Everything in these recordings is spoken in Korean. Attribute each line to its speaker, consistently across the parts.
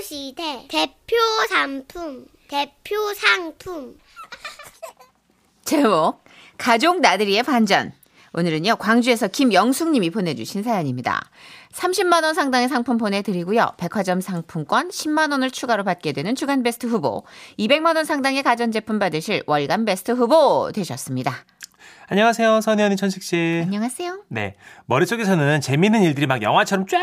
Speaker 1: 시대 대표 상품 대표 상품
Speaker 2: 제목 가족 나들이의 반전. 오늘은요 광주에서 김영숙님이 보내주신 사연입니다. 30만 원 상당의 상품 보내드리고요 백화점 상품권 10만 원을 추가로 받게 되는 주간 베스트 후보, 200만 원 상당의 가전제품 받으실 월간 베스트 후보 되셨습니다.
Speaker 3: 안녕하세요, 선혜 언니 천식 씨.
Speaker 2: 안녕하세요.
Speaker 3: 네. 머릿 속에서는 재미있는 일들이 막 영화처럼 쫙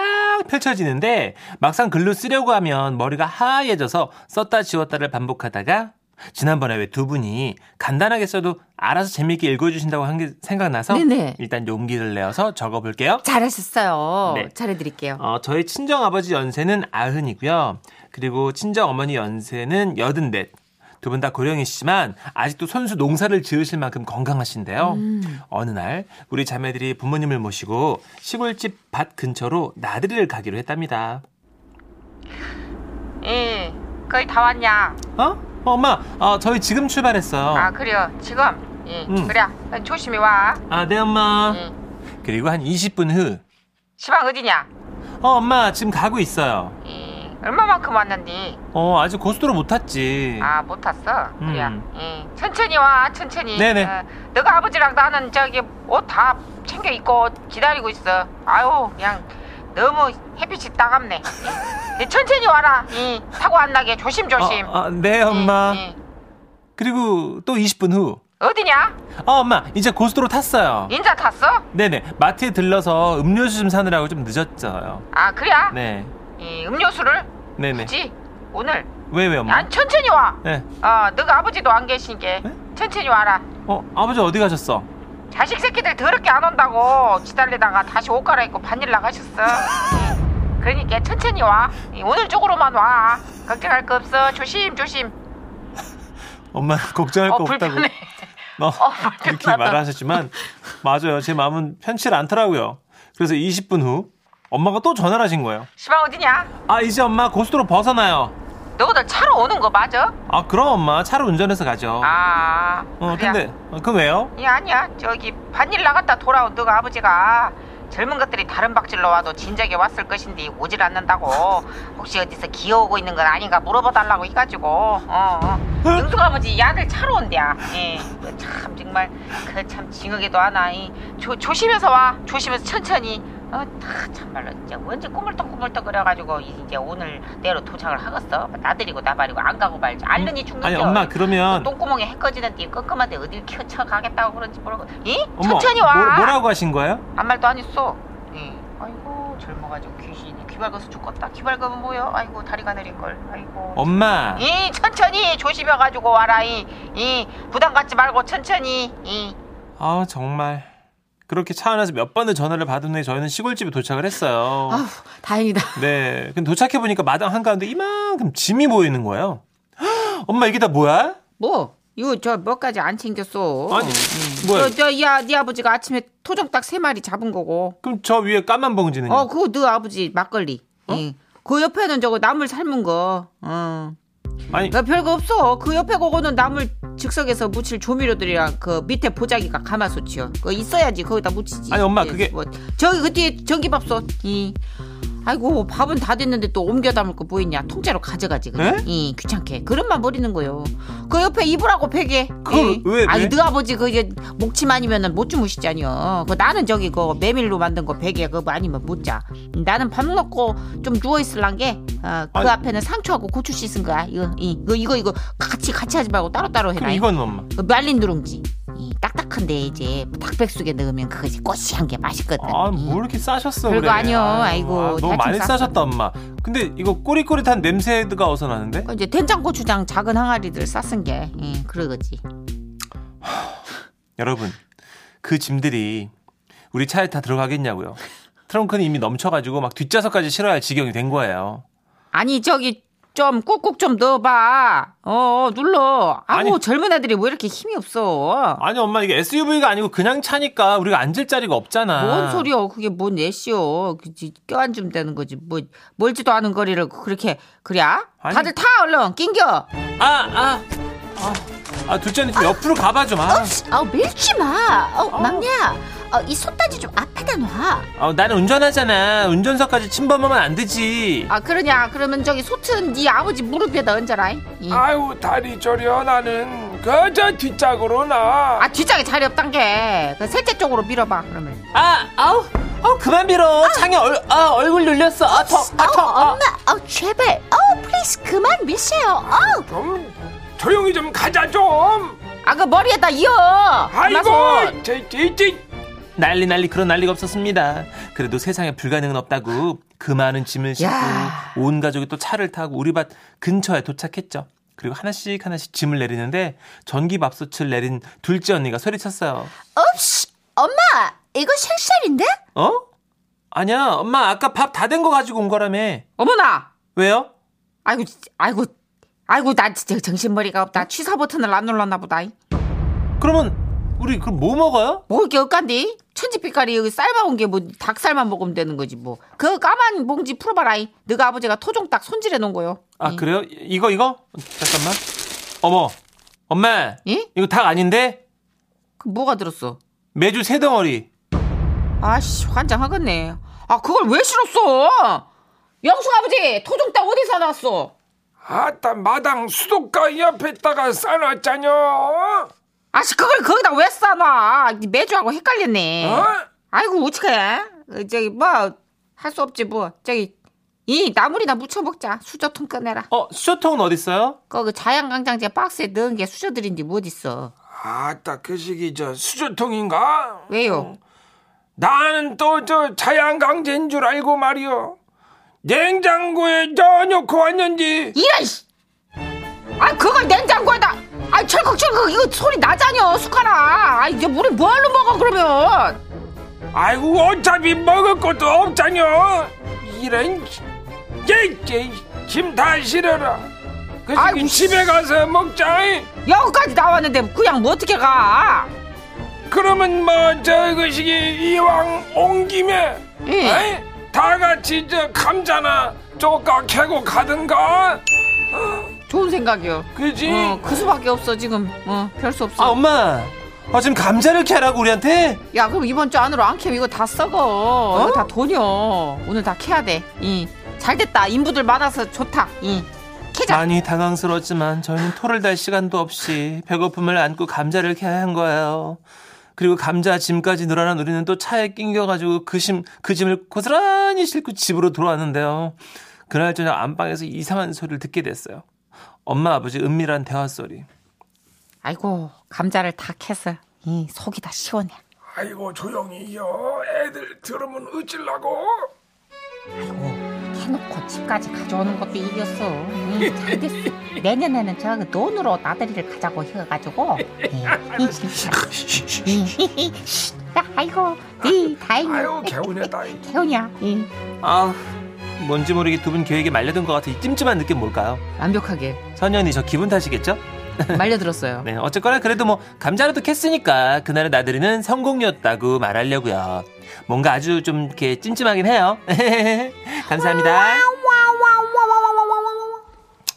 Speaker 3: 펼쳐지는데 막상 글로 쓰려고 하면 머리가 하얘져서 썼다 지웠다를 반복하다가 지난번에 왜 두 분이 간단하게 써도 알아서 재미있게 읽어주신다고 한 게 생각나서
Speaker 2: 네네.
Speaker 3: 일단 용기를 내어서 적어볼게요.
Speaker 2: 잘하셨어요.
Speaker 3: 네.
Speaker 2: 잘해드릴게요.
Speaker 3: 어, 저희 친정 아버지 연세는 아흔이고요. 그리고 친정 어머니 연세는 여든넷. 두 분 다 고령이시지만 아직도 손수 농사를 지으실 만큼 건강하신데요.
Speaker 4: 음.
Speaker 3: 어느 날 우리 자매들이 부모님을 모시고 시골집 밭 근처로 나들이를 가기로 했답니다.
Speaker 4: 예, 거의 다 왔냐?
Speaker 3: 어? 어, 엄마, 어, 저희 지금 출발했어요.
Speaker 4: 아, 그래요. 지금? 예,
Speaker 3: 음.
Speaker 4: 그래. 조심히 와.
Speaker 3: 아, 네 엄마.
Speaker 4: 응.
Speaker 3: 그리고 한 20분 후,
Speaker 4: 시방 어디냐?
Speaker 3: 어 엄마 지금 가고 있어요.
Speaker 4: 예, 얼마만큼 왔는데?
Speaker 3: 어 아직 고속도로 못 탔지.
Speaker 4: 아, 못 탔어? 그래.
Speaker 3: 음.
Speaker 4: 예, 천천히 와, 천천히.
Speaker 3: 네네.
Speaker 4: 어, 너가 아버지랑 나는 저기 옷 다 챙겨 입고 기다리고 있어. 아유, 그냥 너무 햇빛이 따갑네. 예, 네, 천천히 와라. 예, 사고 안 나게 조심조심.
Speaker 3: 어, 어, 네 엄마.
Speaker 4: 예, 예.
Speaker 3: 그리고 또 20분 후.
Speaker 4: 어디냐?
Speaker 3: 어, 엄마, 이제 고속도로 탔어요.
Speaker 4: 인자 탔어?
Speaker 3: 네네, 마트에 들러서 음료수 좀 사느라고 좀 늦었어요.
Speaker 4: 아, 그래?
Speaker 3: 네.
Speaker 4: 예, 음료수를?
Speaker 3: 네네.
Speaker 4: 굳이? 오늘?
Speaker 3: 왜, 왜, 엄마?
Speaker 4: 난 천천히 와.
Speaker 3: 네.
Speaker 4: 어, 너가 아버지도 안 계신게
Speaker 3: 네?
Speaker 4: 천천히 와라.
Speaker 3: 어, 아버지 어디 가셨어?
Speaker 4: 자식 새끼들 더럽게 안 온다고 지달래다가 다시 옷 갈아입고 반일 나가셨어. 예. 그러니까 천천히 와. 예, 오늘 쪽으로만 와. 걱정할 거 없어. 조심 조심.
Speaker 3: 엄마, 걱정할
Speaker 4: 어
Speaker 3: 거 없다고.
Speaker 4: 불편해.
Speaker 3: 어,
Speaker 4: 불편하다.
Speaker 3: 그렇게 말하셨지만, 맞아요. 제 마음은 편치 않더라고요. 그래서 20분 후, 엄마가 또 전화를 하신 거예요.
Speaker 4: 시방 어디냐?
Speaker 3: 아, 이제 엄마 고속도로 벗어나요.
Speaker 4: 너희들 차로 오는 거 맞아?
Speaker 3: 아, 그럼 엄마, 차로 운전해서 가죠.
Speaker 4: 아.
Speaker 3: 어,
Speaker 4: 그래야.
Speaker 3: 근데, 어, 그럼 왜요?
Speaker 4: 예, 아니야. 저기 반일 나갔다 돌아온 너가 아버지가 젊은 것들이 다른 박질로 와도 진작에 왔을 것인데 오질 않는다고 혹시 어디서 기어오고 있는 건 아닌가 물어봐달라고 해가지고 어, 어. 능숙 아버지 야들 차로 온대야 예, 그참 정말 그 참 징하게도 하나 이, 조, 조심해서 와 조심해서 천천히 어, 다 참말로 이제 언제 꾸물떡꾸물떡 그래가지고 이제 오늘 내로 도착을 하겠어 나들이고 나발이고 안 가고 말지 알른이 죽는
Speaker 3: 음, 아니,
Speaker 4: 겨.
Speaker 3: 엄마, 그러면.
Speaker 4: 똥구멍에 해 꺼지는 뒤 끄끄한데 어딜 키쳐 가겠다고 그런지 모르고 이
Speaker 3: 엄마,
Speaker 4: 천천히 와
Speaker 3: 뭐- 뭐라고 하신 거예요?
Speaker 4: 아무 말도 안 했어 예. 아이고 젊어가지고 귀신이 귀 밝아서 죽겠다 귀 밝으면 뭐야 아이고 다리가 내린 걸 아이고
Speaker 3: 어. 엄마.
Speaker 4: 이 천천히 조심해가지고 와라 이이 부담 갖지 말고 천천히 이
Speaker 3: 아 정말 그렇게 차 안에서 몇 번의 전화를 받은 후에 저희는 시골집에 도착을 했어요.
Speaker 2: 아우, 다행이다.
Speaker 3: 네, 근데 도착해 보니까 마당 한 가운데 이만큼 짐이 보이는 거예요. 헉, 엄마 이게 다 뭐야?
Speaker 2: 뭐 이거 저 몇 가지 안 챙겼어.
Speaker 3: 아니 뭐야?
Speaker 2: 저저야네 아버지가 아침에 토종닭 세 마리 잡은 거고.
Speaker 3: 그럼 저 위에 까만 봉지는?
Speaker 2: 어
Speaker 3: 요
Speaker 2: 그거 너 아버지 막걸리.
Speaker 3: 어?
Speaker 2: 예. 그 옆에는 저거 나물 삶은 거. 어.
Speaker 3: 아니
Speaker 2: 나 별거 없어. 그 옆에 그거는 나물 즉석에서 무칠 조미료들이랑 그 밑에 보자기가 가마솥이요. 그거 있어야지 거기다 무치지.
Speaker 3: 아니, 엄마,
Speaker 2: 예,
Speaker 3: 그게-
Speaker 2: 뭐. 저기 그 뒤에 전기밥솥. 이. 아이고 밥은 다 됐는데 또 옮겨 담을 거 뭐 있냐 통째로 가져가지 그냥
Speaker 3: 네?
Speaker 2: 이 귀찮게 그릇만 버리는 거요 그 옆에 이불하고 베개
Speaker 3: 그걸
Speaker 2: 예.
Speaker 3: 왜, 왜?
Speaker 2: 아니 너 아버지 그 이제 목침 아니면은 못 주무시잖여 그 나는 저기 그 메밀로 만든 거 베개 그거 아니면 못자 나는 밥 먹고 좀 누워 있을란 게 그
Speaker 3: 아니.
Speaker 2: 앞에는 상추하고 고추 씻은 거야 이거 이, 이거 이거 이거 같이 같이 하지 말고 따로따로 해라
Speaker 3: 그럼 이건 엄마.
Speaker 2: 그 말린 누룽지 이 딱딱한데 이제 닭백숙에 넣으면 그거 이제 꼬시한 게 맛있거든
Speaker 3: 아뭐 이렇게 싸셨어?
Speaker 2: 별거
Speaker 3: 그래.
Speaker 2: 아니요. 아이고,
Speaker 3: 아, 너무
Speaker 2: 다
Speaker 3: 많이
Speaker 2: 좀 쌌어.
Speaker 3: 싸셨다 엄마. 근데 이거 꼬릿꼬릿한 냄새가 어서 나는데?
Speaker 2: 그 이제 된장고추장 작은 항아리들 쌌은 게 예, 그러거지
Speaker 3: 여러분 그 짐들이 우리 차에 다 들어가겠냐고요? 트렁크는 이미 넘쳐가지고 막 뒷좌석까지 실어야 지경이 된 거예요.
Speaker 2: 아니 저기 좀 꾹꾹 좀 넣어봐 어 눌러 아우
Speaker 3: 아니.
Speaker 2: 젊은 애들이 왜 이렇게 힘이 없어
Speaker 3: 아니 엄마 이게 SUV가 아니고 그냥 차니까 우리가 앉을 자리가 없잖아.
Speaker 2: 뭔 소리여 그게 뭔 애씨여 그지 껴안주면 되는 거지 뭐 멀지도 않은 거리를 그렇게 그랴
Speaker 3: 아니.
Speaker 2: 다들 타 얼른 낑겨
Speaker 3: 아, 아. 아, 아 둘째 언니 좀 옆으로 가봐 좀. 아.
Speaker 2: 아우 밀지 마 어, 막내야
Speaker 5: 어, 이 손단지 좀 앞에다 놔.
Speaker 3: 어, 나는 운전하잖아. 운전석까지 침범하면 안 되지.
Speaker 2: 아 그러냐? 그러면 저기 소트는 네 아버지 무릎에다 얹어라. 이.
Speaker 6: 아유 다리 저려 나는 그저 뒷짝으로 나
Speaker 2: 아 뒷장에 자리 없단 게. 그 셋째 쪽으로 밀어봐. 그러면.
Speaker 3: 아, 아우, 어, 그만 빌어. 창에 얼, 아, 얼굴 눌렸어. 아, 턱, 아,
Speaker 5: 어,
Speaker 3: 턱. 아.
Speaker 5: 엄마, 어, 제발, 어, 플리즈 그만 밀세요. 어,
Speaker 6: 좀 조용히 좀 가자 좀
Speaker 2: 아 그 머리에다 이어.
Speaker 6: 아이고 제제제
Speaker 3: 난리 난리 그런 난리가 없었습니다. 그래도 세상에 불가능은 없다고 그 많은 짐을 싣고
Speaker 2: 야.
Speaker 3: 온 가족이 또 차를 타고 우리 밭 근처에 도착했죠. 그리고 하나씩 하나씩 짐을 내리는데 전기밥솥을 내린 둘째 언니가 소리쳤어요.
Speaker 5: 없이, 엄마, 이거 생쌀인데?
Speaker 3: 어? 아니야 엄마 아까 밥 다 된 거 가지고 온 거라며.
Speaker 2: 어머나.
Speaker 3: 왜요?
Speaker 2: 아이고, 지- 아이고, 아이고, 나 진짜 정신머리가 없다. 취사 버튼을 안 눌렀나 보다.
Speaker 3: 그러면 우리 그럼 뭐 먹어요?
Speaker 2: 뭐 이렇게 엇간디? 천지빛깔이 여기 삶아온 게 뭐 닭살만 먹으면 되는 거지 뭐. 그 까만 봉지 풀어봐라. 이 너가 아버지가 토종 딱 손질해 놓은 거요.
Speaker 3: 아
Speaker 5: 예.
Speaker 2: 이.
Speaker 3: 그래요? 이- 이거 이거? 잠깐만. 어머 엄마
Speaker 2: 예?
Speaker 3: 이거 닭 아닌데
Speaker 2: 그 뭐가 들었어?
Speaker 3: 매주 세 덩어리.
Speaker 2: 아씨, 환장하겠네. 아, 그걸 왜 실었어? 영수 아버지, 토종 딱 어디서 나왔어?
Speaker 6: 아따 마당 수도가 옆에다가 싸놨잖여 어?
Speaker 2: 아씨, 그걸 거기다 왜 싸놔? 매주하고 헷갈렸네.
Speaker 6: 어?
Speaker 2: 아이고 어떡해 어, 저기 뭐 할 수 없지 뭐 저기 이 나물이나 무쳐 먹자 수저통 꺼내라
Speaker 3: 어 수저통은 어딨어요
Speaker 2: 거기 그 자양강장제 박스에 넣은 게 수저들인지 뭐 어딨어
Speaker 6: 아따 그 시기 저 수저통인가
Speaker 2: 왜요
Speaker 6: 나는 또 저 자양강제인 줄 알고 말이요 냉장고에 저 놓고 왔는지
Speaker 2: 이런 씨! 아 그걸 냉장고에다 아 철컥철컥 이거 소리 나잖여 숟가락 아 이제 물에 뭘로 먹어 그러면
Speaker 6: 아이고 어차피 먹을 것도 없잖여 이런 예, 짐다 실어라 그
Speaker 2: 아이고,
Speaker 6: 시기 집에 가서 먹자 잉?
Speaker 2: 여기까지 나왔는데 그냥 뭐 어떻게 가
Speaker 6: 그러면 뭐저 것이기 이왕 온 김에
Speaker 2: 예.
Speaker 6: 에이? 다 같이 저 감자나 쪽각 캐고 가든가
Speaker 2: 좋은 생각이요
Speaker 6: 그지?
Speaker 2: 어, 그 수밖에 없어 지금 어, 별 수 없어
Speaker 3: 아 엄마 아 지금 감자를 캐라고 우리한테
Speaker 2: 야 그럼 이번 주 안으로 안 캐면 이거 다 썩어 이거 다 돈이요 오늘 다 캐야 돼이잘 됐다 인부들 많아서 좋다 이 캐자
Speaker 3: 많이 당황스러웠지만 저희는 토를 달 시간도 없이 배고픔을 안고 감자를 캐야 한 거예요 그리고 감자 짐까지 늘어난 우리는 또 차에 낑겨가지고 그, 짐, 그 짐을 고스란히 싣고 집으로 돌아왔는데요 그날 저녁 안방에서 이상한 소리를 듣게 됐어요 엄마 아버지 은밀한 대화 소리
Speaker 2: 아이고 감자를 다 캐서 이 속이 다 시원해
Speaker 6: 아이고 조용히요 애들 들으면 어찔라고
Speaker 2: 캐놓고 집까지 가져오는 것도 일이었어 이, 잘 됐어 내년에는 저그 논으로 나들이를 가자고 해가지고 이, 이, 진짜. 이, 야, 아이고 이
Speaker 6: 아유
Speaker 2: 다행이야
Speaker 6: 개운해다 이.
Speaker 2: 개운이야 이.
Speaker 3: 아 뭔지 모르게 두 분 계획에 말려든 것 같은 이 찜찜한 느낌 뭘까요
Speaker 2: 완벽하게
Speaker 3: 선현이 저 기분 탓이겠죠?
Speaker 2: 말려들었어요
Speaker 3: 네, 어쨌거나 그래도 뭐 감자라도 캤으니까 그날의 나들이는 성공이었다고 말하려고요. 뭔가 아주 좀 이렇게 찜찜하긴 해요. 감사합니다.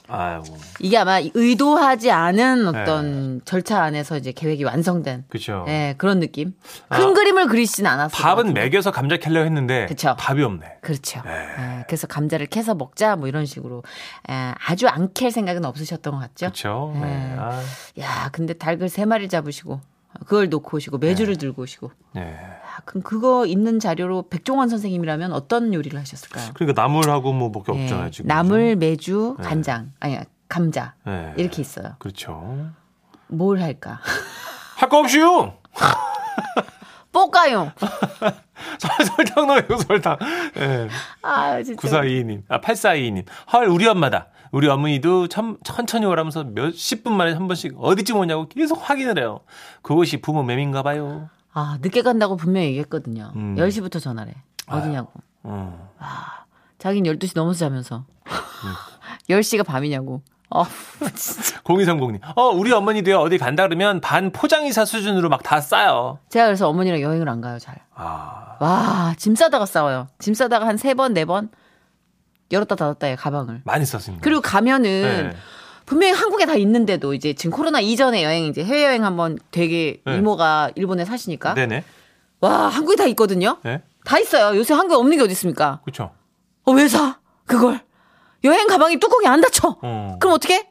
Speaker 3: 아유,
Speaker 2: 이게 아마 의도하지 않은 어떤 절차 안에서 이제 계획이 완성된
Speaker 3: 그렇죠.
Speaker 2: 예, 네. 그런 느낌. 큰 그림을 그리진 않았어요.
Speaker 7: 밥은 먹여서 감자 캘려 했는데
Speaker 2: 그쵸.
Speaker 7: 답이 없네.
Speaker 2: 그렇죠. 예, 그래서 감자를 캐서 먹자 뭐 이런 식으로 예, 아주 안 캘 생각은 없으셨던 것 같죠.
Speaker 7: 그렇죠.
Speaker 2: 네.
Speaker 7: 네. 아,
Speaker 2: 야, 근데 닭을 세 마리 잡으시고 그걸 놓고 오시고 매주를 들고 오시고.
Speaker 7: 네.
Speaker 2: 아, 그럼 그거 있는 자료로 백종원 선생님이라면 어떤 요리를 하셨을까요?
Speaker 7: 그러니까 나물하고 뭐밖에
Speaker 2: 예,
Speaker 7: 없잖아요 지금.
Speaker 2: 나물, 매주, 간장 아니 감자
Speaker 7: 네.
Speaker 2: 이렇게 있어요.
Speaker 7: 그렇죠.
Speaker 2: 뭘 할까?
Speaker 7: 할 거 없이요.
Speaker 2: 볶아요.
Speaker 7: 설탕 넣어요 설탕. 예.
Speaker 2: 아 진짜.
Speaker 7: 9422님.
Speaker 3: 아, 8422님. 헐, 우리 엄마다. 우리 어머니도 참, 천천히 오라면서 몇십 분 만에 한 번씩 어디쯤 오냐고 계속 확인을 해요. 그것이 부모 맴인가 봐요.
Speaker 2: 아, 늦게 간다고 분명히 얘기했거든요.
Speaker 3: 음.
Speaker 2: 10시부터 전화를. 해.
Speaker 7: 아,
Speaker 2: 어디냐고. 아,
Speaker 3: 음.
Speaker 2: 자기는 12시 넘어서 자면서.
Speaker 7: 음.
Speaker 2: 10시가 밤이냐고. 어,
Speaker 3: 0230님. 어, 우리 어머니도요, 어디 간다 그러면 반 포장이사 수준으로 막 다 싸요. 아,
Speaker 2: 제가 그래서 어머니랑 여행을 안 가요, 잘. 와, 짐 싸다가 싸워요. 짐 싸다가 한 세번네 번 열었다 닫았다 해요, 가방을.
Speaker 3: 많이 썼습니다.
Speaker 2: 그리고 음. 가면은
Speaker 3: 네.
Speaker 2: 분명히 한국에 다 있는데도 이제 지금 코로나 이전에 여행 이제 해외여행 한번 되게
Speaker 3: 네.
Speaker 2: 이모가 일본에 사시니까
Speaker 3: 네네.
Speaker 2: 와, 한국에 다 있거든요.
Speaker 7: 네?
Speaker 2: 다 있어요. 요새 한국에 없는 게 어디 있습니까?
Speaker 7: 그쵸.
Speaker 2: 어, 왜 사? 그걸. 여행 가방이 뚜껑이 안 닫혀.
Speaker 7: 어.
Speaker 2: 그럼 어떻게?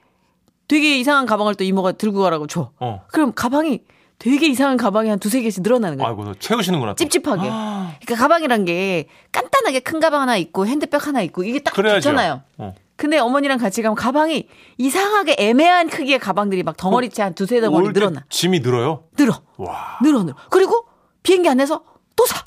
Speaker 2: 되게 이상한 가방을 또 이모가 들고 가라고 줘.
Speaker 7: 어.
Speaker 2: 그럼 가방이 되게 이상한 가방이 한 두세 개씩 늘어나는 거예요.
Speaker 7: 아이고, 채우시는구나. 또. 아.
Speaker 2: 찝찝하게. 그러니까 가방이란 게 간단하게 큰 가방 하나 있고 핸드백 하나 있고 이게 딱
Speaker 7: 그래야죠.
Speaker 2: 좋잖아요.
Speaker 7: 어.
Speaker 2: 근데 어머니랑 같이 가면 가방이 이상하게 애매한 크기의 가방들이 막 덩어리째 한 두세 덩어리
Speaker 7: 올 때
Speaker 2: 늘어나.
Speaker 7: 짐이 늘어요?
Speaker 2: 늘어.
Speaker 7: 와.
Speaker 2: 늘어 늘어. 그리고 비행기 안에서 또 사.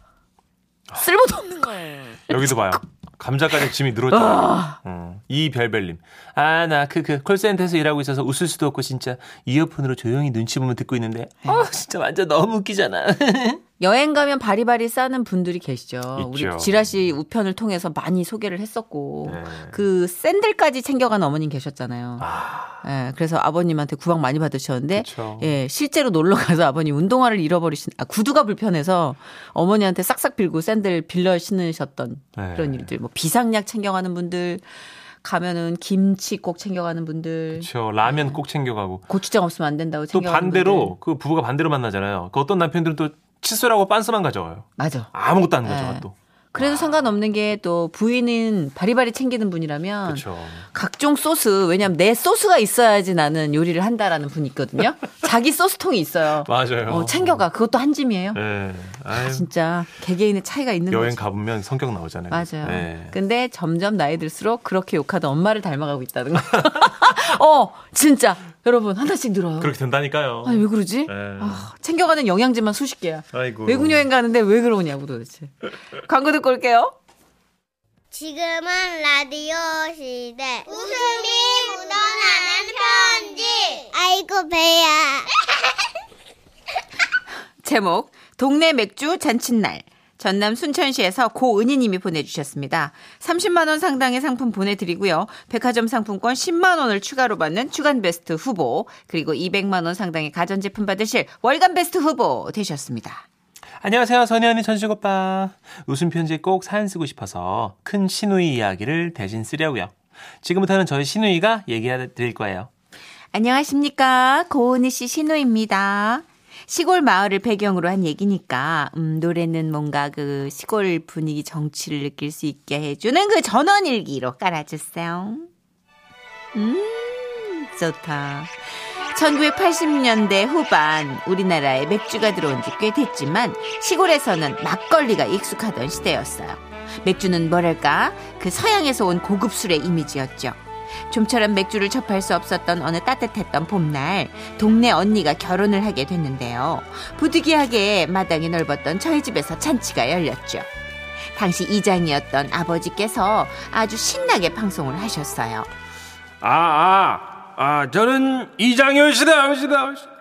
Speaker 2: 쓸모도 없는 거예요.
Speaker 7: 여기서 봐요. 감자까지 짐이 늘었잖아요. 음. 이별별님. 아, 나, 그, 그, 콜센터에서 일하고 있어서 웃을 수도 없고, 진짜. 이어폰으로 조용히 눈치 보면 듣고 있는데,
Speaker 2: 음.
Speaker 7: 어, 진짜 완전 너무 웃기잖아.
Speaker 2: 여행 가면 바리바리 싸는 분들이 계시죠. 우리
Speaker 7: 있죠. 네.
Speaker 2: 지라 씨 우편을 통해서 많이 소개를 했었고 그 샌들까지 챙겨간 어머님 계셨잖아요. 예, 그래서 아버님한테 구박 많이 받으셨는데
Speaker 7: 그쵸.
Speaker 2: 예, 실제로 놀러 가서 아버님 운동화를 잃어버리신 아 구두가 불편해서 어머니한테 싹싹 빌고 샌들 빌려 신으셨던
Speaker 7: 네.
Speaker 2: 그런 일들 뭐 비상약 챙겨가는 분들 가면은 김치 꼭 챙겨가는 분들
Speaker 7: 그쵸. 라면 꼭 챙겨가고.
Speaker 2: 고추장 없으면 안 된다고
Speaker 7: 또
Speaker 2: 챙겨가는 분들.
Speaker 7: 반대로, 그 부부가 반대로 만나잖아요. 그 어떤 남편들은 또 칫솔하고 빤스만 가져와요.
Speaker 2: 맞아.
Speaker 7: 아무것도 안
Speaker 2: 네.
Speaker 7: 가져가, 또.
Speaker 2: 그래도 상관없는 게 또 부인은 바리바리 챙기는 분이라면
Speaker 7: 그쵸.
Speaker 2: 각종 소스 왜냐면 내 소스가 있어야지 나는 요리를 한다라는 분이 있거든요. 자기 소스통이 있어요.
Speaker 7: 맞아요.
Speaker 2: 어, 챙겨가 그것도 한 짐이에요.
Speaker 7: 예.
Speaker 2: 아,
Speaker 7: 아유,
Speaker 2: 진짜 개개인의 차이가 있는
Speaker 7: 여행
Speaker 2: 거죠.
Speaker 7: 가보면 성격 나오잖아요.
Speaker 2: 맞아요. 그러니까.
Speaker 7: 예.
Speaker 2: 근데 점점 나이 들수록 그렇게 욕하던 엄마를 닮아가고 있다는 거. 어 진짜 여러분 하나씩 늘어요.
Speaker 7: 그렇게 된다니까요.
Speaker 2: 아니 왜 그러지?
Speaker 7: 예.
Speaker 2: 아, 챙겨가는 영양제만 수십 개야.
Speaker 7: 아이고.
Speaker 2: 외국 여행 가는데 왜 그러냐고 도대체. 광고 듣고 올게요.
Speaker 1: 지금은 라디오 시대. 웃음이 묻어나는 편지. 아이고, 배야.
Speaker 2: 제목 동네 맥주 잔칫날 전남 순천시에서 고은희님이 보내주셨습니다. 30만 원 상당의 상품 보내드리고요. 백화점 상품권 10만 원을 추가로 받는 주간 베스트 후보 그리고 200만 원 상당의 가전제품 받으실 월간 베스트 후보 되셨습니다.
Speaker 3: 안녕하세요. 선희언니 천식 오빠. 아, 웃음 편지에 꼭 사연 쓰고 싶어서 큰 시누이 이야기를 대신 쓰려고요. 지금부터는 저희 시누이가 얘기해 드릴 거예요.
Speaker 2: 안녕하십니까 고은희 씨 신우입니다. 시골 마을을 배경으로 한 얘기니까 음, 노래는 뭔가 그 시골 분위기 정취를 느낄 수 있게 해주는 그 전원일기로 깔아주세요. 음 좋다. 1980년대 후반 우리나라에 맥주가 들어온 지 꽤 됐지만 시골에서는 막걸리가 익숙하던 시대였어요. 맥주는 뭐랄까 그 서양에서 온 고급 술의 이미지였죠. 좀처럼 맥주를 접할 수 없었던 어느 따뜻했던 봄날 동네 언니가 결혼을 하게 됐는데요. 부득이하게 마당이 넓었던 저희 집에서 잔치가 열렸죠. 당시 이장이었던 아버지께서 아주 신나게 방송을 하셨어요.
Speaker 6: 아, 아, 아, 저는 이장현 씨다, 씨다. 씨다.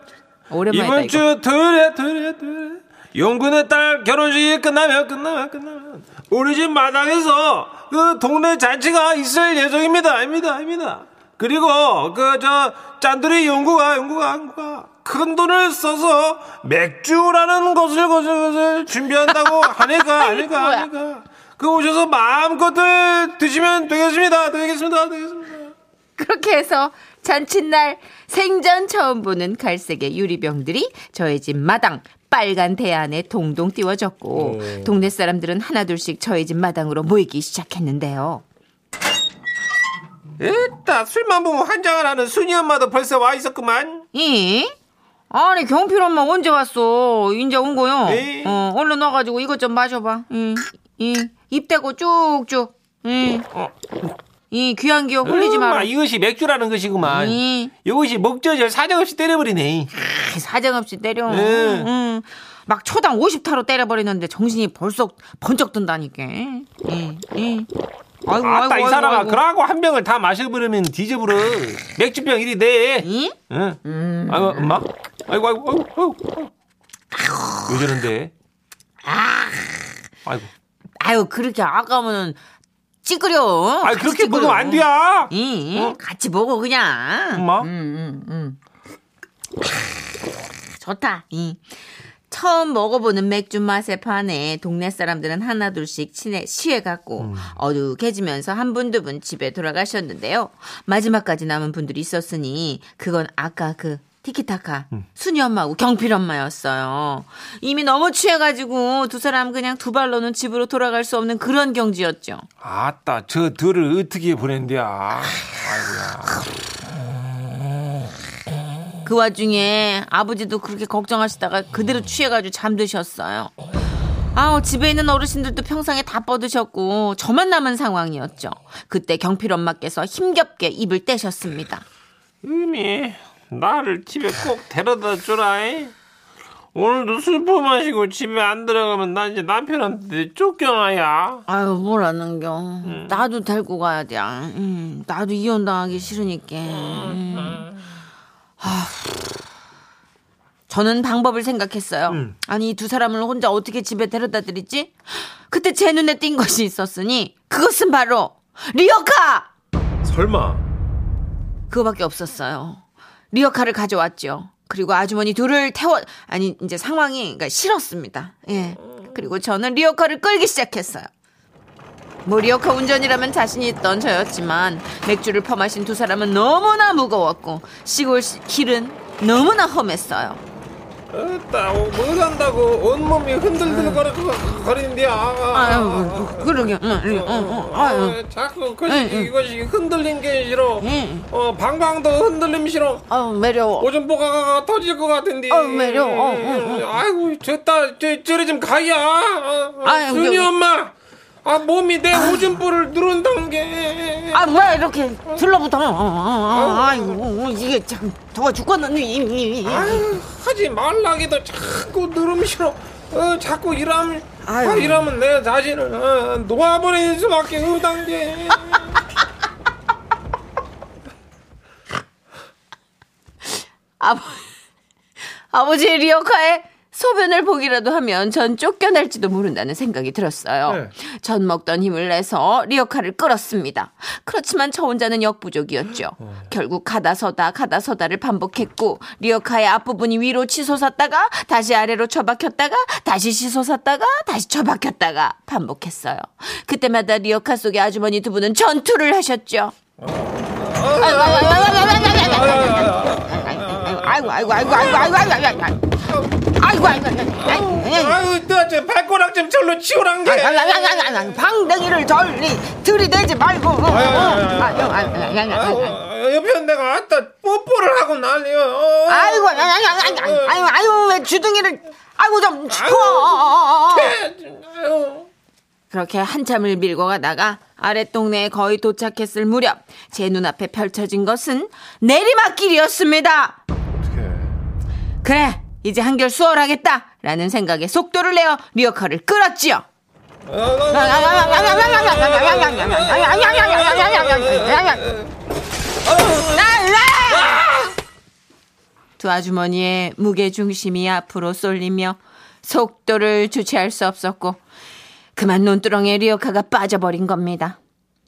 Speaker 2: 오랜만이다
Speaker 6: 이번
Speaker 2: 이거.
Speaker 6: 주 토요일에, 토요일에, 토요일에. 용군의 딸 결혼식이 끝나면, 끝나면, 끝나면. 우리 집 마당에서 그 동네 잔치가 있을 예정입니다. 입니다, 입니다. 그리고 그, 저, 짠돌이 용구가, 용구가, 용구가. 큰 돈을 써서 맥주라는 것을, 것을, 것을 준비한다고 하니까, 하니까, 하니까. 그 오셔서 마음껏들 드시면 되겠습니다. 되겠습니다. 되겠습니다.
Speaker 2: 그렇게 해서 잔칫날 생전 처음 보는 갈색의 유리병들이 저희 집 마당 빨간 대안에 동동 띄워졌고 동네 사람들은 하나둘씩 저희 집 마당으로 모이기 시작했는데요.
Speaker 6: 에따 술만 보면 환장을 하는 순이 엄마도 벌써 와 있었구만
Speaker 2: 이? 아니 경필 엄마 언제 왔어? 이제 온 거요.
Speaker 7: 네.
Speaker 6: 에이.
Speaker 2: 어, 얼른 와가지고 이것 좀 마셔봐. 이, 이, 입 대고 쭉쭉. 이, 어. 이 귀한 기호 흘리지
Speaker 7: 엄마,
Speaker 2: 마라.
Speaker 7: 이것이 맥주라는 것이구만.
Speaker 2: 이.
Speaker 7: 이것이 먹저절 사정없이 때려버리네.
Speaker 2: 사정없이 때려.
Speaker 7: 예.
Speaker 2: 응. 막 초당 50타로 때려버리는데 정신이 벌써 번쩍 든다니까. 예, 예. 아이고, 아이고,
Speaker 7: 아따 이
Speaker 2: 아이고,
Speaker 7: 사람아
Speaker 2: 아이고.
Speaker 7: 그러고 한 병을 다 마셔버리면 뒤져버려 맥주병 이리 내
Speaker 2: 이?
Speaker 7: 응?
Speaker 2: 음.
Speaker 7: 아이고 엄마 아이고 아이고 아이고 아이고 왜 저런데
Speaker 2: 아.
Speaker 7: 아이고
Speaker 2: 아유, 그렇게 아까면은 찌그려.
Speaker 7: 아 그렇게 먹으면 안 돼요
Speaker 2: 이, 이. 같이 먹어, 그냥.
Speaker 7: 엄마
Speaker 2: 음, 음, 음. 좋다. 이. 처음 먹어보는 맥주 맛의 판에 동네 사람들은 하나둘씩 친해, 취해갔고 어둑해지면서 한 분 두 분 집에 돌아가셨는데요. 마지막까지 남은 분들이 있었으니 그건 아까 그 티키타카 순이 엄마하고 경필 엄마였어요. 이미 너무 취해가지고 두 사람 그냥 두 발로는 집으로 돌아갈 수 없는 그런 경지였죠.
Speaker 6: 아따 저 들을 어떻게 아. 보낸디야 아이고야
Speaker 2: 그 와중에 아버지도 그렇게 걱정하시다가 그대로 취해가지고 잠드셨어요. 아우 집에 있는 어르신들도 평상에 다 뻗으셨고 저만 남은 상황이었죠. 그때 경필 엄마께서 힘겹게 입을 떼셨습니다.
Speaker 6: 음이 나를 집에 꼭 데려다 주라이 오늘도 술퍼 마시고 집에 안 들어가면 나 이제 남편한테 쫓겨나야
Speaker 2: 아유 뭐라는겨. 나도 데리고 가야 돼. 음, 나도 이혼당하기 싫으니까. 음. 아, 저는 방법을 생각했어요. 아니 이 두 사람을 혼자 어떻게 집에 데려다 드리지? 그때 제 눈에 띈 것이 있었으니 그것은 바로 리어카.
Speaker 7: 설마.
Speaker 2: 그거밖에 없었어요. 리어카를 가져왔죠. 그리고 아주머니 둘을 태워 아니 이제 상황이 그러니까 싫었습니다. 예. 그리고 저는 리어카를 끌기 시작했어요. 뭐 리어카 운전이라면 자신이 있던 저였지만 맥주를 퍼마신 두 사람은 너무나 무거웠고 시골 시- 길은 너무나 험했어요.
Speaker 6: 어따 어, 뭘 한다고 온몸이 흔들흔들거리는디야 아. 어,
Speaker 2: 아유, 그러게. 응, 응, 응, 아유.
Speaker 6: 자꾸
Speaker 2: 응, 응.
Speaker 6: 그것이, 이것이 흔들린 게 싫어
Speaker 2: 응.
Speaker 6: 어, 방방도 흔들림 싫어
Speaker 2: 아유, 매려워.
Speaker 6: 오줌 뽀가가 터질 것 같은데.
Speaker 2: 어, 매려. 어, 어,
Speaker 6: 아이고, 저따 저 저리 좀 가야. 어, 어,
Speaker 2: 아유,
Speaker 6: 준이
Speaker 2: 여기.
Speaker 6: 엄마. 아 몸이 내 오줌볼을 누른다는 게.
Speaker 2: 아, 왜 이렇게 들러붙어. 아, 아, 아이고, 이게 참 더워 죽겠는데.
Speaker 6: 아유, 하지 말라기도 자꾸 누름 싫어. 어, 자꾸 이러면 아,
Speaker 2: 아유.
Speaker 6: 이러면 내 자신을 어, 놓아버릴 수밖에 없단 게.
Speaker 2: 아버, 아버지의 리어카에 소변을 보기라도 하면 전 쫓겨날지도 모른다는 생각이 들었어요. 전 먹던 힘을 내서 리어카를 끌었습니다. 그렇지만 저 혼자는 역부족이었죠. 결국 가다 서다 가다 서다를 반복했고 리어카의 앞부분이 위로 치솟았다가 다시 아래로 처박혔다가 다시 치솟았다가 다시 처박혔다가 반복했어요. 그때마다 리어카 속의 아주머니 두 분은 전투를 하셨죠. 아이고, 아이고, 아이고, 아이고, 아이고, 아이고, 아이고. 아이고 아이고 아이고 아이고 아이고 아이고 아이고 아이고
Speaker 6: 아유, 너저 발가락 좀 절로 치우란 게.
Speaker 2: 아이고 방댕이를 절리 들이대지 말고
Speaker 6: 아유,
Speaker 2: 아이고
Speaker 6: 옆에 내가 아따 뽀뽀를 하고 난리야. 어.
Speaker 2: 아이고 아이고 왜 주둥이를 아이고 좀 추워
Speaker 6: 아, 아유.
Speaker 2: 그렇게 한참을 밀고 가다가 아래 동네에 거의 도착했을 무렵 제 눈앞에 펼쳐진 것은 내리막길이었습니다. 그래 이제 한결 수월하겠다라는 생각에 속도를 내어 리어카를 끌었지요. 두 아주머니의 무게중심이 앞으로 쏠리며 속도를 주체할 수 없었고 그만 논두렁에 리어카가 빠져버린 겁니다.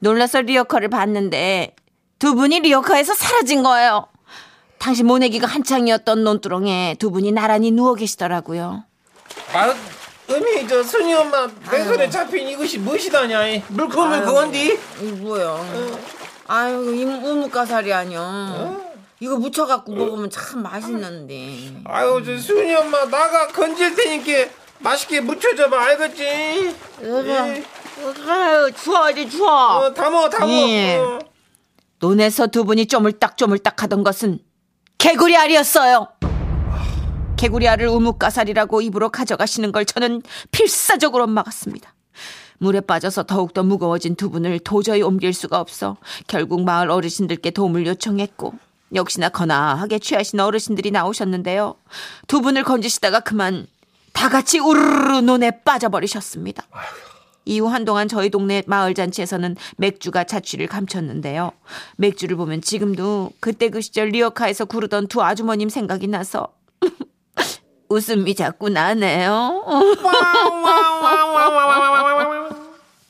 Speaker 2: 놀라서 리어카를 봤는데 두 분이 리어카에서 사라진 거예요. 당시 모내기가 한창이었던 논두렁에 두 분이 나란히 누워 계시더라고요.
Speaker 6: 아, 음이 저 순이 엄마 내 손에 잡힌 이것이 무엇이다냐? 이. 물컵은 그건디?
Speaker 2: 이 뭐야? 아유 이 우뭇가사리 아니야. 이거 무쳐갖고 먹으면 참 맛있는데.
Speaker 6: 아유 저 순이 엄마 나가 건질 테니까 맛있게 무쳐줘봐 알겠지? 예.
Speaker 2: 어, 아유 추워 이제 추워.
Speaker 6: 어, 담어 담어.
Speaker 2: 예.
Speaker 6: 어.
Speaker 2: 논에서 두 분이 쪼물딱쪼물딱 하던 것은 개구리 알이었어요. 개구리 알을 우뭇가사리라고 입으로 가져가시는 걸 저는 필사적으로 막았습니다. 물에 빠져서 더욱더 무거워진 두 분을 도저히 옮길 수가 없어 결국 마을 어르신들께 도움을 요청했고 역시나 거나하게 취하신 어르신들이 나오셨는데요. 두 분을 건지시다가 그만 다 같이 우르르 논에 빠져버리셨습니다. 이후 한동안 저희 동네 마을 잔치에서는 맥주가 자취를 감췄는데요. 맥주를 보면 지금도 그때 그 시절 리어카에서 구르던 두 아주머님 생각이 나서 웃음이 자꾸 나네요.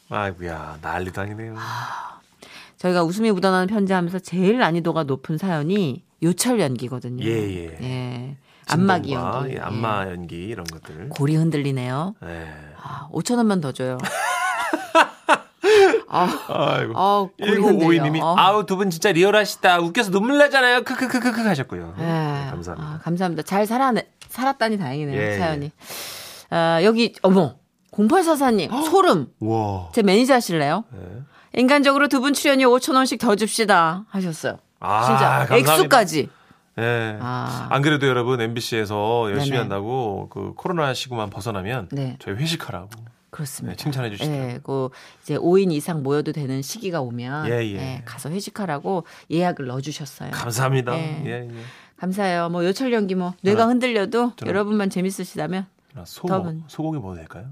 Speaker 7: 아이고야 난리도 아니네요.
Speaker 2: 저희가 웃음이 묻어나는 편지 하면서 제일 난이도가 높은 사연이 요철 연기거든요.
Speaker 7: 예, 예.
Speaker 2: 예. 안마기
Speaker 7: 진동과,
Speaker 2: 연기.
Speaker 7: 예, 안마 연기 이런 것들.
Speaker 2: 예. 고리 흔들리네요.
Speaker 7: 예.
Speaker 2: 아, 5천 원만 더 줘요. 아,
Speaker 7: 아이고.
Speaker 2: 아, 고리 흔들려.
Speaker 7: 1952님이
Speaker 2: 어.
Speaker 7: 아우 두 분 진짜 리얼하시다 웃겨서 눈물 나잖아요 크크크크크 하셨고요
Speaker 2: 예. 맞아요.
Speaker 7: 네, 감사합니다.
Speaker 2: 아, 감사합니다. 잘 살아 살았다니 다행이네요.
Speaker 7: 예,
Speaker 2: 사연이. 아, 여기 어머 0844님 소름.
Speaker 7: 와.
Speaker 2: 제 매니저 하실래요?
Speaker 7: 네.
Speaker 2: 인간적으로 두 분 출연료 5천 원씩 더 줍시다 하셨어요.
Speaker 7: 아,
Speaker 2: 진짜
Speaker 7: 감사합니다.
Speaker 2: 액수까지.
Speaker 7: 예.
Speaker 2: 아.
Speaker 7: 안 그래도 여러분 MBC에서 열심히
Speaker 2: 네네.
Speaker 7: 한다고 그 코로나 시구만 벗어나면
Speaker 2: 네.
Speaker 7: 저희 회식하라고 네,
Speaker 2: 그렇습니다.
Speaker 7: 칭찬해 주시더라고요.
Speaker 2: 예, 그 이제 5인 이상 모여도 되는 시기가 오면
Speaker 7: 예, 예.
Speaker 2: 예, 가서 회식하라고 예약을 넣어 주셨어요.
Speaker 7: 감사합니다.
Speaker 2: 예.
Speaker 7: 예, 예.
Speaker 2: 감사해요. 뭐 요철 연기 뭐 뇌가 흔들려도
Speaker 7: 저는-
Speaker 2: 여러분만 재밌으시다면
Speaker 7: 아, 소고,
Speaker 2: 더분.
Speaker 7: 소고기 먹어도 될까요?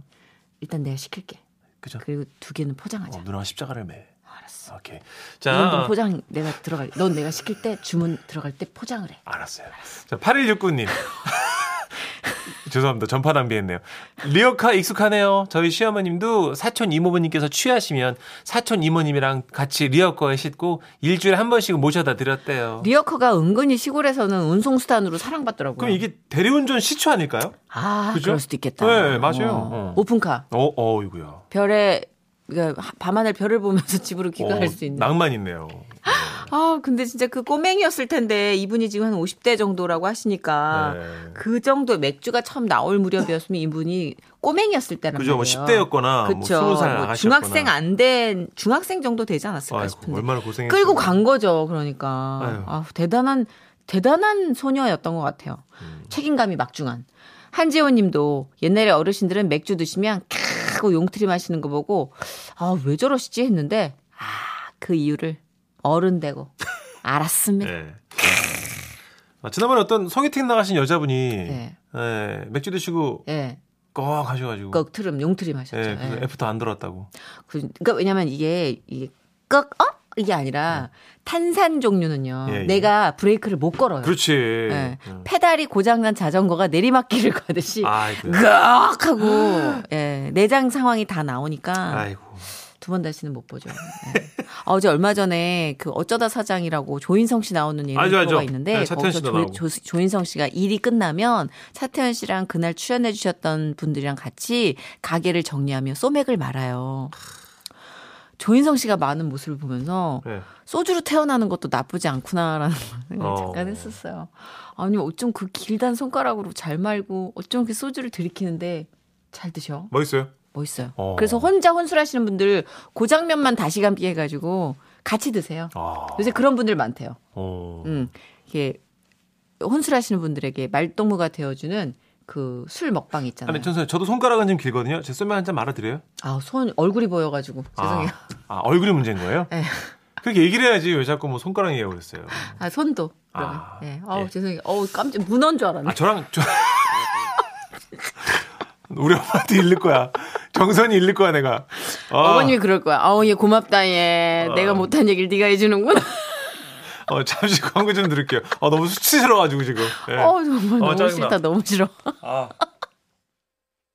Speaker 2: 일단 내가 시킬게.
Speaker 7: 그죠?
Speaker 2: 그리고 두 개는
Speaker 7: 어,
Speaker 2: 포장하자.
Speaker 7: 누나가 십자가를 매.
Speaker 2: 알았어.
Speaker 7: 오케이.
Speaker 2: 이건
Speaker 7: 자,
Speaker 2: 넌 포장 내가 들어갈. 넌 내가 시킬 때 주문 들어갈 때 포장을 해.
Speaker 7: 알았어요. 자, 8169님. 죄송합니다. 전파 낭비했네요. 리어카 익숙하네요. 저희 시어머님도 사촌 이모부님께서 취하시면 사촌 이모님이랑 같이 리어카에 싣고 일주일에 한 번씩 모셔다 드렸대요.
Speaker 2: 리어커가 은근히 시골에서는 운송 수단으로 사랑받더라고요.
Speaker 7: 그럼 이게 대리운전 시초 아닐까요?
Speaker 2: 아,
Speaker 7: 그죠?
Speaker 2: 그럴 수도 있겠다.
Speaker 7: 네, 맞아요.
Speaker 2: 어.
Speaker 7: 어.
Speaker 2: 오픈카.
Speaker 7: 어, 어이구야.
Speaker 2: 별에 그러니까 밤하늘 별을 보면서 집으로 귀가할
Speaker 7: 어,
Speaker 2: 수 있는.
Speaker 7: 낭만 있네요.
Speaker 2: 아, 근데 진짜 그 꼬맹이였을 텐데 이분이 지금 한 50대 정도라고 하시니까
Speaker 7: 네.
Speaker 2: 그 정도 맥주가 처음 나올 무렵이었으면 이분이 꼬맹이였을 때란
Speaker 7: 그죠? 뭐
Speaker 2: 말이에요.
Speaker 7: 10대였거나 뭐
Speaker 2: 그쵸.
Speaker 7: 20살
Speaker 2: 뭐
Speaker 7: 아가씨였거나.
Speaker 2: 중학생 안 된 중학생 정도 되지 않았을까
Speaker 7: 아이고,
Speaker 2: 싶은데
Speaker 7: 얼마나 고생했어요.
Speaker 2: 끌고 간 거죠. 그러니까
Speaker 7: 네. 아유.
Speaker 2: 아 대단한 대단한 소녀였던 것 같아요.
Speaker 7: 음.
Speaker 2: 책임감이 막중한 한지호님도 옛날에 어르신들은 맥주 드시면 크고 용트리 마시는 거 보고 아 왜 저러시지 했는데 아 그 이유를 어른 되고 알았습니다.
Speaker 7: 네. 아, 지난번에 어떤 소개팅 나가신 여자분이
Speaker 2: 네.
Speaker 7: 예, 맥주 드시고
Speaker 2: 예,
Speaker 7: 꺽 하셔가지고
Speaker 2: 꺽 트름 용트리
Speaker 7: 예,
Speaker 2: 마셨죠.
Speaker 7: 그래서
Speaker 2: 예.
Speaker 7: 애프터 안 들어왔다고.
Speaker 2: 그, 러니까 왜냐면 이게 이게 꺽 어? 이게 아니라 탄산 종류는요.
Speaker 7: 네. 예, 그렇죠. 예.
Speaker 2: 내가 브레이크를 못 걸어요.
Speaker 7: 그렇지.
Speaker 2: 예.
Speaker 7: 음.
Speaker 2: 페달이 고장난 자전거가 내리막길을 가듯이
Speaker 7: 아이고.
Speaker 2: 그악 하고 예, 내장 상황이 다 나오니까
Speaker 7: 아. 아이고.
Speaker 2: 두 번 다시는 못 보죠. 예. 아, 어제 얼마 전에 그 어쩌다 사장이라고 조인성 씨 나오는 예능
Speaker 7: 알죠,
Speaker 2: 프로가
Speaker 7: 알죠.
Speaker 2: 있는데
Speaker 7: 네, 차태현
Speaker 2: 거기서
Speaker 7: 씨도 나오고.
Speaker 2: 조, 인성 씨가 일이 끝나면 차태현 씨랑 그날 출연해 주셨던 분들이랑 같이 가게를 정리하며 소맥을 말아요. 조인성 씨가 많은 모습을 보면서
Speaker 7: 예.
Speaker 2: 소주로 태어나는 것도 나쁘지 않구나라는 생각을
Speaker 7: 어.
Speaker 2: 잠깐 했었어요. 아니 어쩜 그 길단 손가락으로 잘 말고 어쩜 이렇게 소주를 들이키는데 잘 드셔.
Speaker 7: 멋있어요.
Speaker 2: 멋있어요.
Speaker 7: 어.
Speaker 2: 그래서 혼자 혼술하시는 분들 그 장면만 다시 감기 해가지고 같이 드세요.
Speaker 7: 아.
Speaker 2: 요새 그런 분들 많대요.
Speaker 7: 어.
Speaker 2: 음, 이게 혼술하시는 분들에게 말동무가 되어주는 그 술 먹방 있잖아요.
Speaker 7: 아니, 천수야, 저도 손가락은 좀 길거든요. 제 쏘면 한잔 말아드려요.
Speaker 2: 아, 손 얼굴이 보여가지고 죄송해요.
Speaker 7: 아, 아, 얼굴이 문제인 거예요?
Speaker 2: 네.
Speaker 7: 그렇게 얘기를 해야지 왜 자꾸 뭐 손가락 얘기하고 그랬어요.
Speaker 2: 아, 손도.
Speaker 7: 아,
Speaker 2: 아, 네. 어우,
Speaker 7: 예.
Speaker 2: 죄송해요. 어우, 깜짝 문어인 줄 알았네.
Speaker 7: 아, 저랑, 저. 우리 엄마한테 잃을 거야. 정선이 잃을 거야, 내가. 아,
Speaker 2: 어머님이 그럴 거야. 아우 얘 고맙다 얘.
Speaker 7: 어.
Speaker 2: 내가 못한 얘기를 네가 해주는구나.
Speaker 7: 어, 잠시 광고 좀 들을게요. 아, 너무 수치스러워가지고 지금. 예.
Speaker 2: 어 정말 너무
Speaker 7: 짜증나.
Speaker 2: 싫다. 너무 싫어.
Speaker 7: 아,